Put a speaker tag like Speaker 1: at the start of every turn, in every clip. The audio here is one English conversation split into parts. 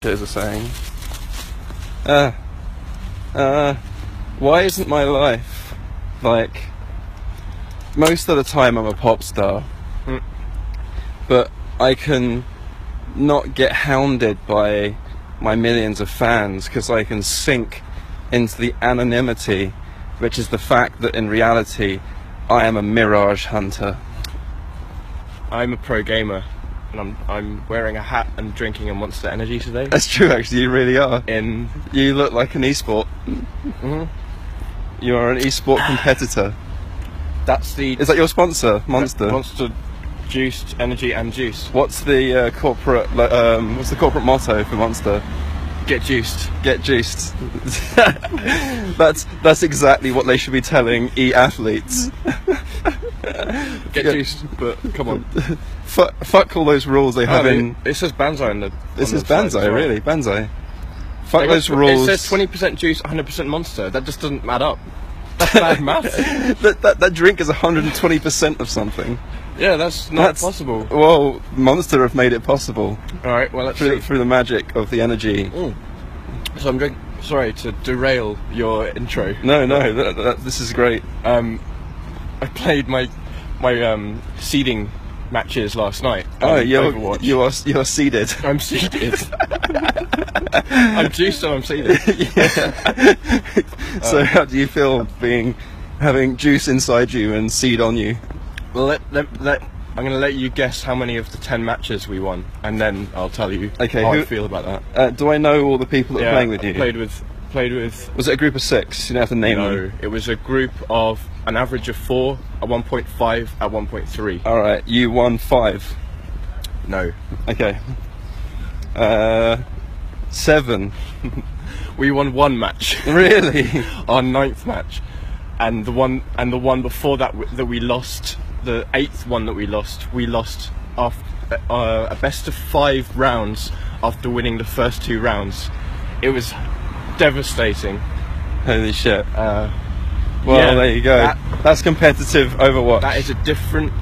Speaker 1: there's a saying. Uh, uh, why isn't my life like most of the time I'm a pop star,
Speaker 2: Mm.
Speaker 1: but I can not get hounded by my millions of fans because I can sink into the anonymity, which is the fact that in reality I am a mirage hunter.
Speaker 2: I'm a pro gamer, and I'm I'm wearing a hat and drinking a Monster Energy today.
Speaker 1: That's true, actually. You really are.
Speaker 2: In
Speaker 1: You look like an esport.
Speaker 2: Mhm.
Speaker 1: You are an esport competitor.
Speaker 2: that's the
Speaker 1: Is that your sponsor, Monster?
Speaker 2: Monster Juiced Energy and Juice.
Speaker 1: What's the uh, corporate? like, Um, what's the corporate motto for Monster?
Speaker 2: Get juiced.
Speaker 1: Get juiced. that's that's exactly what they should be telling e-athletes.
Speaker 2: Get
Speaker 1: Yeah.
Speaker 2: juiced. But come on.
Speaker 1: Fuck, fuck all those rules they
Speaker 2: I
Speaker 1: have
Speaker 2: mean,
Speaker 1: in.
Speaker 2: it says Banzai in the.
Speaker 1: This
Speaker 2: on
Speaker 1: is
Speaker 2: the side as
Speaker 1: Banzai,
Speaker 2: well.
Speaker 1: really. Banzai.
Speaker 2: They
Speaker 1: Fuck
Speaker 2: got-
Speaker 1: those rules.
Speaker 2: It says twenty percent juice, hundred percent Monster. That just doesn't add up. That's bad math.
Speaker 1: that, that, that drink is 120% of something.
Speaker 2: Yeah, that's not
Speaker 1: That's-
Speaker 2: possible.
Speaker 1: Well, Monster have made it possible
Speaker 2: All right. Well, let's
Speaker 1: through,
Speaker 2: see.
Speaker 1: through the magic of the energy.
Speaker 2: Mm. So I'm going. Sorry to derail your intro.
Speaker 1: No, no, that, that, this is great.
Speaker 2: Um, I played my my um, seeding matches last night. on
Speaker 1: oh, you're,
Speaker 2: Overwatch.
Speaker 1: you are you are seeded.
Speaker 2: I'm seeded. I'm juiced and I'm seeded. Oh.
Speaker 1: so how do you feel being having juice inside you and seed on you?
Speaker 2: Well, let, let, let, I'm going to let you guess how many of the ten matches we won, and then I'll tell you
Speaker 1: Okay,
Speaker 2: how
Speaker 1: who-
Speaker 2: I feel about that.
Speaker 1: Uh, do I know all the people that are playing with
Speaker 2: I
Speaker 1: you?
Speaker 2: Played with. Played with.
Speaker 1: Was it a group of six? You don't have to name
Speaker 2: No,
Speaker 1: them.
Speaker 2: it was a group of an average of four at 1.5 at 1.3.
Speaker 1: All right, you won five.
Speaker 2: No,
Speaker 1: Okay. Uh, seven.
Speaker 2: we won one match.
Speaker 1: Really?
Speaker 2: our ninth match, and the one and the one before that w- that we lost, the eighth one that we lost, we lost after uh, a best of five rounds after winning the first two rounds. It was devastating.
Speaker 1: Holy shit!
Speaker 2: Uh,
Speaker 1: Well,
Speaker 2: yeah,
Speaker 1: there you go.
Speaker 2: that-
Speaker 1: That's competitive Overwatch.
Speaker 2: that is a different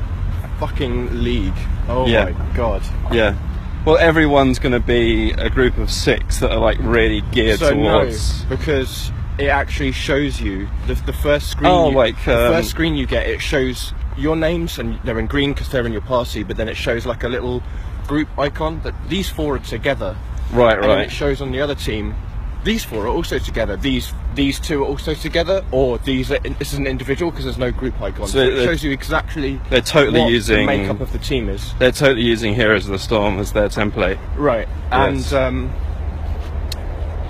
Speaker 2: fucking league. Oh
Speaker 1: Yeah.
Speaker 2: my god.
Speaker 1: Yeah. Well, everyone's going to be a group of six that are like really geared
Speaker 2: so
Speaker 1: towards.
Speaker 2: no, because it actually shows you the, the first screen.
Speaker 1: Oh,
Speaker 2: you,
Speaker 1: like,
Speaker 2: the
Speaker 1: um,
Speaker 2: first screen you get, it shows your names, and they're in green because they're in your party. But then it shows like a little group icon that these four are together,
Speaker 1: Right,
Speaker 2: and then it
Speaker 1: right.
Speaker 2: shows on the other team. These four are also together. These these two are also together, or these are, this is an individual because there's no group icon.
Speaker 1: So
Speaker 2: So,
Speaker 1: they're-
Speaker 2: it shows you exactly
Speaker 1: They're totally
Speaker 2: what
Speaker 1: using.
Speaker 2: the makeup of the team is.
Speaker 1: they're totally using Heroes of the Storm as their template.
Speaker 2: Right. And
Speaker 1: Yes.
Speaker 2: um,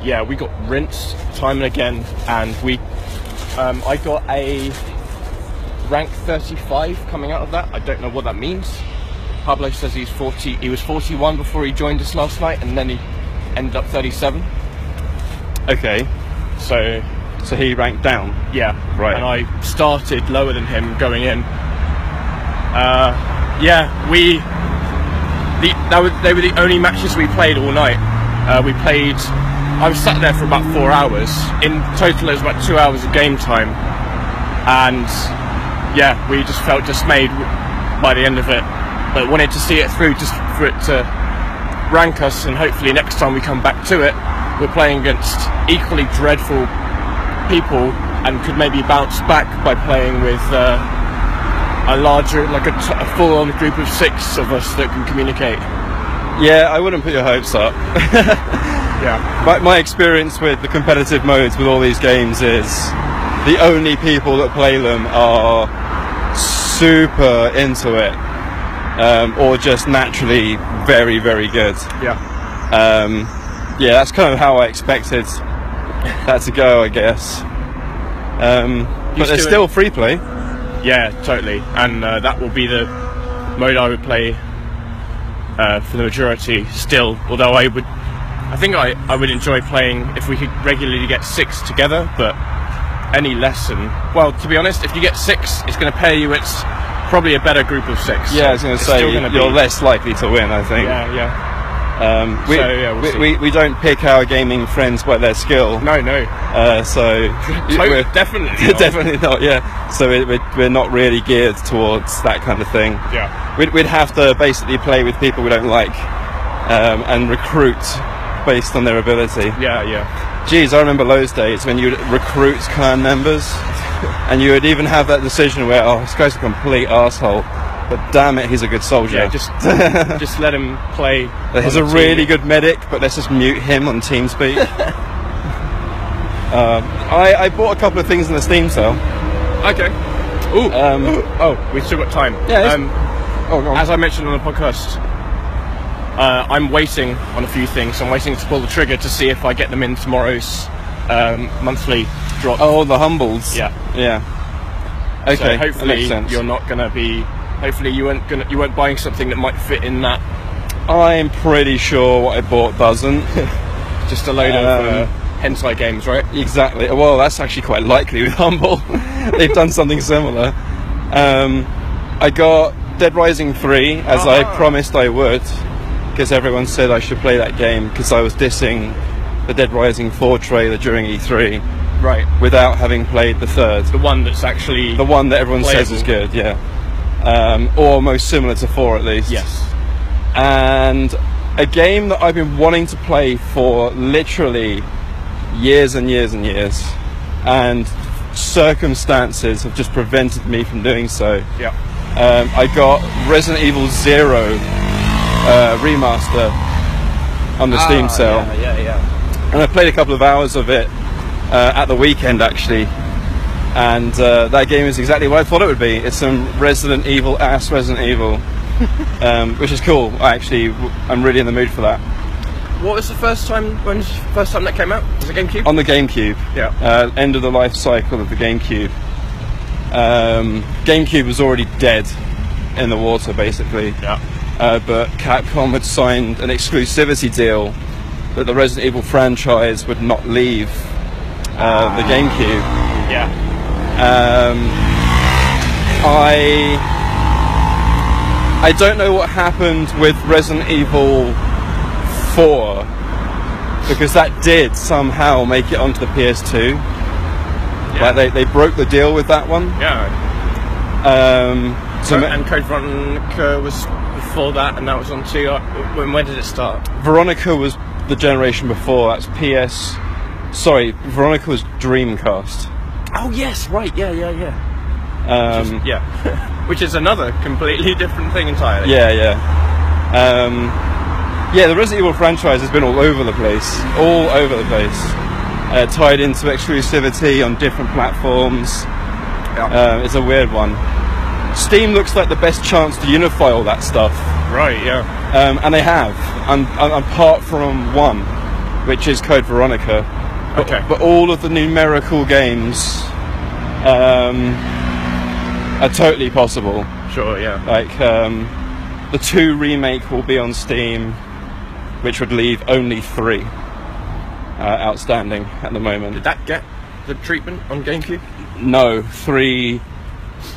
Speaker 2: yeah, we got rinsed time and again, and we um, I got a rank 35 coming out of that. I don't know what that means. Pablo says he's 40. He was 41 before he joined us last night, and then he ended up 37.
Speaker 1: Okay.
Speaker 2: So
Speaker 1: So he ranked down.
Speaker 2: yeah,
Speaker 1: Right.
Speaker 2: And I started lower than him going in. Uh, yeah, we the that were, they were the only matches we played all night. Uh, we played. I was sat there for about four hours. In total, it was about two hours of game time, and yeah, we just felt dismayed by the end of it, but wanted to see it through just for it to rank us, and hopefully next time we come back to it, we're playing against equally dreadful people and could maybe bounce back by playing with uh, a larger, like a, t- a full-on group of six of us that can communicate.
Speaker 1: Yeah, I wouldn't put your hopes up.
Speaker 2: Yeah.
Speaker 1: But my experience with the competitive modes with all these games is the only people that play them are super into it, um, or just naturally very, very good.
Speaker 2: Yeah.
Speaker 1: Um, yeah, that's kind of how I expected that to go, I guess. Um, but
Speaker 2: Used
Speaker 1: there's
Speaker 2: to it.
Speaker 1: still free play.
Speaker 2: Yeah, totally. And uh, that will be the mode I would play uh, for the majority still, although I would... I think I, I would enjoy playing if we could regularly get six together, but any less than... Well, to be honest, if you get six, it's going to pay you. It's probably a better group of six.
Speaker 1: Yeah, I was going to
Speaker 2: It's
Speaker 1: say
Speaker 2: still gonna
Speaker 1: you're
Speaker 2: be-
Speaker 1: less likely to win. I think.
Speaker 2: Yeah, yeah.
Speaker 1: Um, we,
Speaker 2: So, yeah, we'll
Speaker 1: we,
Speaker 2: see.
Speaker 1: we, we don't pick our gaming friends by their skill.
Speaker 2: No, no.
Speaker 1: Uh, so
Speaker 2: We're
Speaker 1: we're
Speaker 2: definitely. not.
Speaker 1: definitely not. Yeah. So we- we're, we're not really geared towards that kind of thing.
Speaker 2: Yeah.
Speaker 1: We'd, we'd have to basically play with people we don't like um, and recruit based on their ability.
Speaker 2: Yeah, yeah.
Speaker 1: Geez, I remember those days when you'd recruit clan members and you would even have that decision where, oh, this guy's a complete asshole, but damn it, he's a good soldier.
Speaker 2: Yeah, just just let him play.
Speaker 1: That he's
Speaker 2: on
Speaker 1: a
Speaker 2: the
Speaker 1: really
Speaker 2: TV.
Speaker 1: good medic, but let's just mute him on TeamSpeak. um, I, I bought a couple of things in the Steam sale.
Speaker 2: Okay. Ooh.
Speaker 1: Um,
Speaker 2: oh, we've still got time.
Speaker 1: Yeah, it's-
Speaker 2: Um,
Speaker 1: Oh, go on.
Speaker 2: as I mentioned on the podcast, uh, I'm waiting on a few things. I'm waiting to pull the trigger to see if I get them in tomorrow's um, monthly drop.
Speaker 1: oh, the Humbles.
Speaker 2: Yeah.
Speaker 1: Yeah. Okay,
Speaker 2: so
Speaker 1: that makes
Speaker 2: hopefully
Speaker 1: sense.
Speaker 2: you're not gonna be. Hopefully you weren't gonna you weren't buying something that might fit in that.
Speaker 1: I'm pretty sure what I bought doesn't.
Speaker 2: Just a load
Speaker 1: Um,
Speaker 2: of uh, hentai games, right?
Speaker 1: Exactly. Well, that's actually quite likely with Humble. They've done something similar. Um, I got Dead Rising 3, as I
Speaker 2: Ah.
Speaker 1: promised I would, because everyone said I should play that game, because I was dissing the Dead Rising 4 trailer during E3
Speaker 2: Right.
Speaker 1: without having played the third.
Speaker 2: The one that's actually
Speaker 1: The one that everyone says
Speaker 2: Playable.
Speaker 1: is good, yeah. Um, or most similar to 4 at least
Speaker 2: yes.
Speaker 1: and a game that I've been wanting to play for literally years and years and years, and circumstances have just prevented me from doing so.
Speaker 2: Yeah.
Speaker 1: Um, I got Resident Evil Zero uh, remaster on the Steam sale,
Speaker 2: Ah, Yeah, yeah.
Speaker 1: and I played a couple of hours of it uh, at the weekend actually. And uh, that game is exactly what I thought it would be. It's some Resident Evil ass Resident Evil, um, which is cool. I actually, w- I'm really in the mood for that.
Speaker 2: What was the first time when was the first time that came out? Was it GameCube?
Speaker 1: on the GameCube.
Speaker 2: Yeah.
Speaker 1: Uh, end of the life cycle of the GameCube. Um, GameCube was already dead in the water, basically.
Speaker 2: yeah.
Speaker 1: Uh, but Capcom had signed an exclusivity deal that the Resident Evil franchise would not leave uh, the GameCube.
Speaker 2: Yeah.
Speaker 1: Um, I I don't know what happened with Resident Evil 4 because that did somehow make it onto the PS2.
Speaker 2: Yeah.
Speaker 1: Like they, they broke the deal with that one.
Speaker 2: yeah.
Speaker 1: Um, so
Speaker 2: Co-
Speaker 1: ma-
Speaker 2: and Code Veronica was before that, and that was on two. uh, When, when did it start?
Speaker 1: Veronica was the generation before. That's PS. Sorry, Veronica was Dreamcast.
Speaker 2: Oh yes, right, yeah, yeah, yeah,
Speaker 1: Um,
Speaker 2: yeah. Which is another completely different thing entirely.
Speaker 1: Yeah, yeah. Um, yeah, the Resident Evil franchise has been all over the place, all over the place. Uh, tied into exclusivity on different platforms.
Speaker 2: Yeah.
Speaker 1: Um, it's a weird one. Steam looks like the best chance to unify all that stuff,
Speaker 2: right, yeah,
Speaker 1: um, and they have, and, and apart from one, which is Code Veronica. But,
Speaker 2: Okay.
Speaker 1: But all of the numerical games um, are totally possible.
Speaker 2: sure, yeah,
Speaker 1: Like um, the two remake will be on Steam, which would leave only three uh, outstanding at the
Speaker 2: Did
Speaker 1: moment.
Speaker 2: that get the treatment on GameCube?
Speaker 1: No, three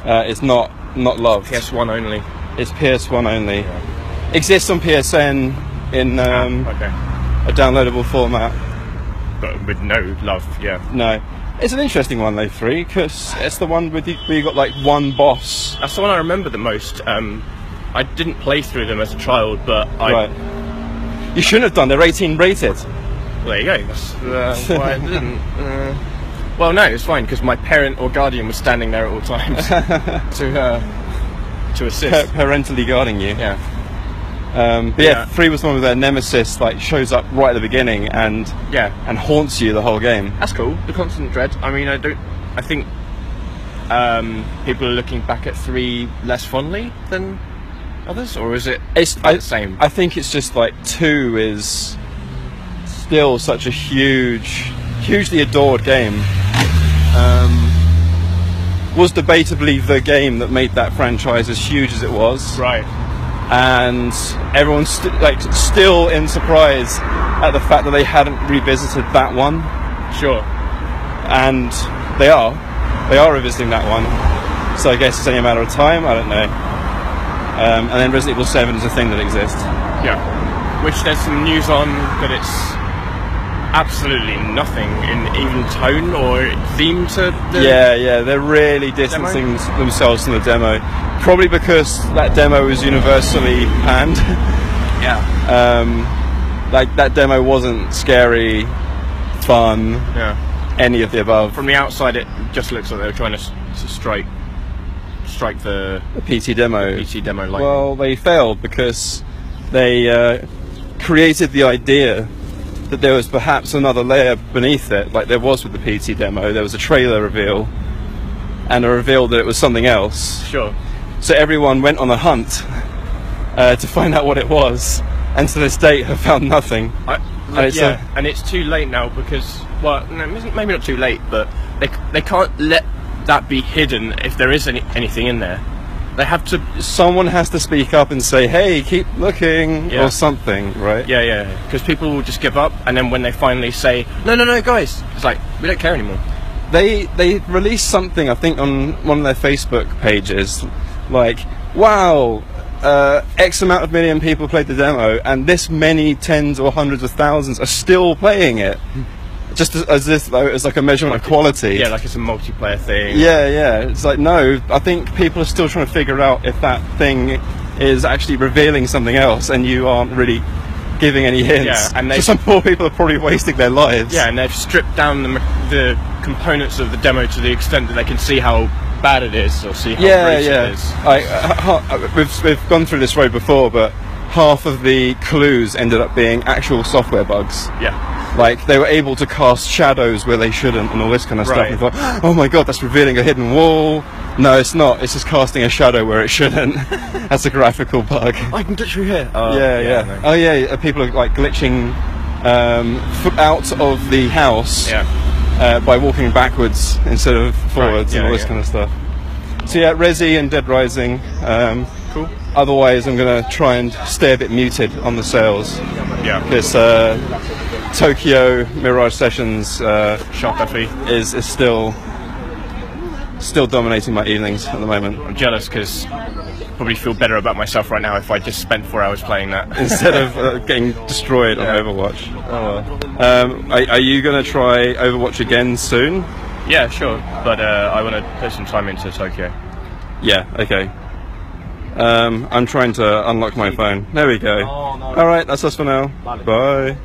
Speaker 1: uh, is not not loved.
Speaker 2: PS1 only.
Speaker 1: It's PS1 only. Exists on PSN in um,
Speaker 2: Ah,
Speaker 1: a downloadable format.
Speaker 2: okay, but with no love, yeah.
Speaker 1: No, it's an interesting one though. Three, because it's the one with you, where you got like one boss.
Speaker 2: That's the one I remember the most. Um, I didn't play through them as a child, but I.
Speaker 1: Right. You shouldn't have done. They're 18 rated.
Speaker 2: There you go. That's uh, why I didn't. Uh, well, no, it's fine because my parent or guardian was standing there at all times to uh, to
Speaker 1: Pa-
Speaker 2: assist.
Speaker 1: parentally guarding you.
Speaker 2: yeah,
Speaker 1: Um, but yeah,
Speaker 2: Yeah.
Speaker 1: three was one with their nemesis, like shows up right at the beginning and
Speaker 2: yeah.
Speaker 1: and haunts you the whole game.
Speaker 2: That's cool. The constant dread. I mean, I don't. I think um, people are looking back at three less fondly than others, or is it?
Speaker 1: It's
Speaker 2: about the same.
Speaker 1: I think it's just like two is still such a huge, hugely adored game. Um, was debatably the game that made that franchise as huge as it was,
Speaker 2: right.
Speaker 1: and everyone's st- like still in surprise at the fact that they hadn't revisited that one.
Speaker 2: Sure.
Speaker 1: and they are. They are revisiting that one. So I guess it's only a matter of time. I don't know. Um, and then Resident Evil Seven is a thing that exists.
Speaker 2: Yeah. Which there's some news on that it's absolutely nothing in even tone or theme to the.
Speaker 1: yeah, yeah, they're really distancing s- themselves from the demo. Probably because that demo was universally panned.
Speaker 2: Yeah.
Speaker 1: Um, like that demo wasn't scary, fun,
Speaker 2: Yeah.
Speaker 1: any of the above.
Speaker 2: From the outside, it just looks like they were trying to, s- to strike strike the
Speaker 1: The PT demo.
Speaker 2: PC demo light.
Speaker 1: Well, they failed because they uh, created the idea that there was perhaps another layer beneath it, like there was with the PT demo. There was a trailer reveal and a reveal that it was something else.
Speaker 2: sure.
Speaker 1: So everyone went on a hunt uh, to find out what it was, and to this date have found nothing.
Speaker 2: I,
Speaker 1: And it's, uh,
Speaker 2: yeah, and it's too late now because well, no, it isn't- maybe not too late, but they c- they can't let that be hidden if there is any, anything in there. They have to.
Speaker 1: Someone has to speak up and say, "Hey, keep looking,"
Speaker 2: Yeah.
Speaker 1: or something, right?
Speaker 2: Yeah, yeah, because people will just give up, and then when they finally say, "No, no, no, guys," it's like we don't care anymore.
Speaker 1: they they released something I think on one of their Facebook pages, like wow, uh, X amount of million people played the demo, and this many tens or hundreds of thousands are still playing it, just as, as if though it was like a measurement of quality.
Speaker 2: Yeah, like it's a multiplayer thing.
Speaker 1: yeah, yeah. It's like no, I think people are still trying to figure out if that thing is actually revealing something else, and you aren't really giving any hints.
Speaker 2: Yeah, and they-
Speaker 1: So some poor people are probably wasting their lives.
Speaker 2: Yeah, and they've stripped down the, m- the components of the demo to the extent that they can see how bad it is or see how
Speaker 1: yeah,
Speaker 2: great
Speaker 1: yeah.
Speaker 2: it is.
Speaker 1: I, uh, ha- uh, we've, we've gone through this road before, but half of the clues ended up being actual software bugs.
Speaker 2: Yeah,
Speaker 1: Like they were able to cast shadows where they shouldn't, and all this kind of
Speaker 2: Right.
Speaker 1: stuff. And thought, oh my god, that's revealing a hidden wall. No, it's not. It's just casting a shadow where it shouldn't. that's a graphical bug.
Speaker 2: I can touch you here. Uh,
Speaker 1: yeah, yeah.
Speaker 2: no.
Speaker 1: Oh yeah, uh, people are like glitching um, f- out of the house
Speaker 2: yeah.
Speaker 1: uh, by walking backwards instead of forwards
Speaker 2: yeah,
Speaker 1: and all this
Speaker 2: yeah.
Speaker 1: kind of stuff. So yeah, Resi and Dead Rising. Um,
Speaker 2: Cool.
Speaker 1: Otherwise, I'm going to try and stay a bit muted on the sales.
Speaker 2: Yeah.
Speaker 1: This uh, Tokyo Mirage Sessions uh,
Speaker 2: Sharp Effie.
Speaker 1: is, is still still dominating my evenings at the moment.
Speaker 2: I'm jealous because probably feel better about myself right now if I just spent four hours playing that.
Speaker 1: Instead of uh, getting destroyed on
Speaker 2: Yeah.
Speaker 1: Overwatch. Oh, well. um, are, are you going to try Overwatch again soon?
Speaker 2: yeah, sure. But uh, I want to put some time into Tokyo.
Speaker 1: Yeah, okay. Um, I'm trying to unlock my phone. There we go.
Speaker 2: Oh, no.
Speaker 1: All right, that's us for now. Bye.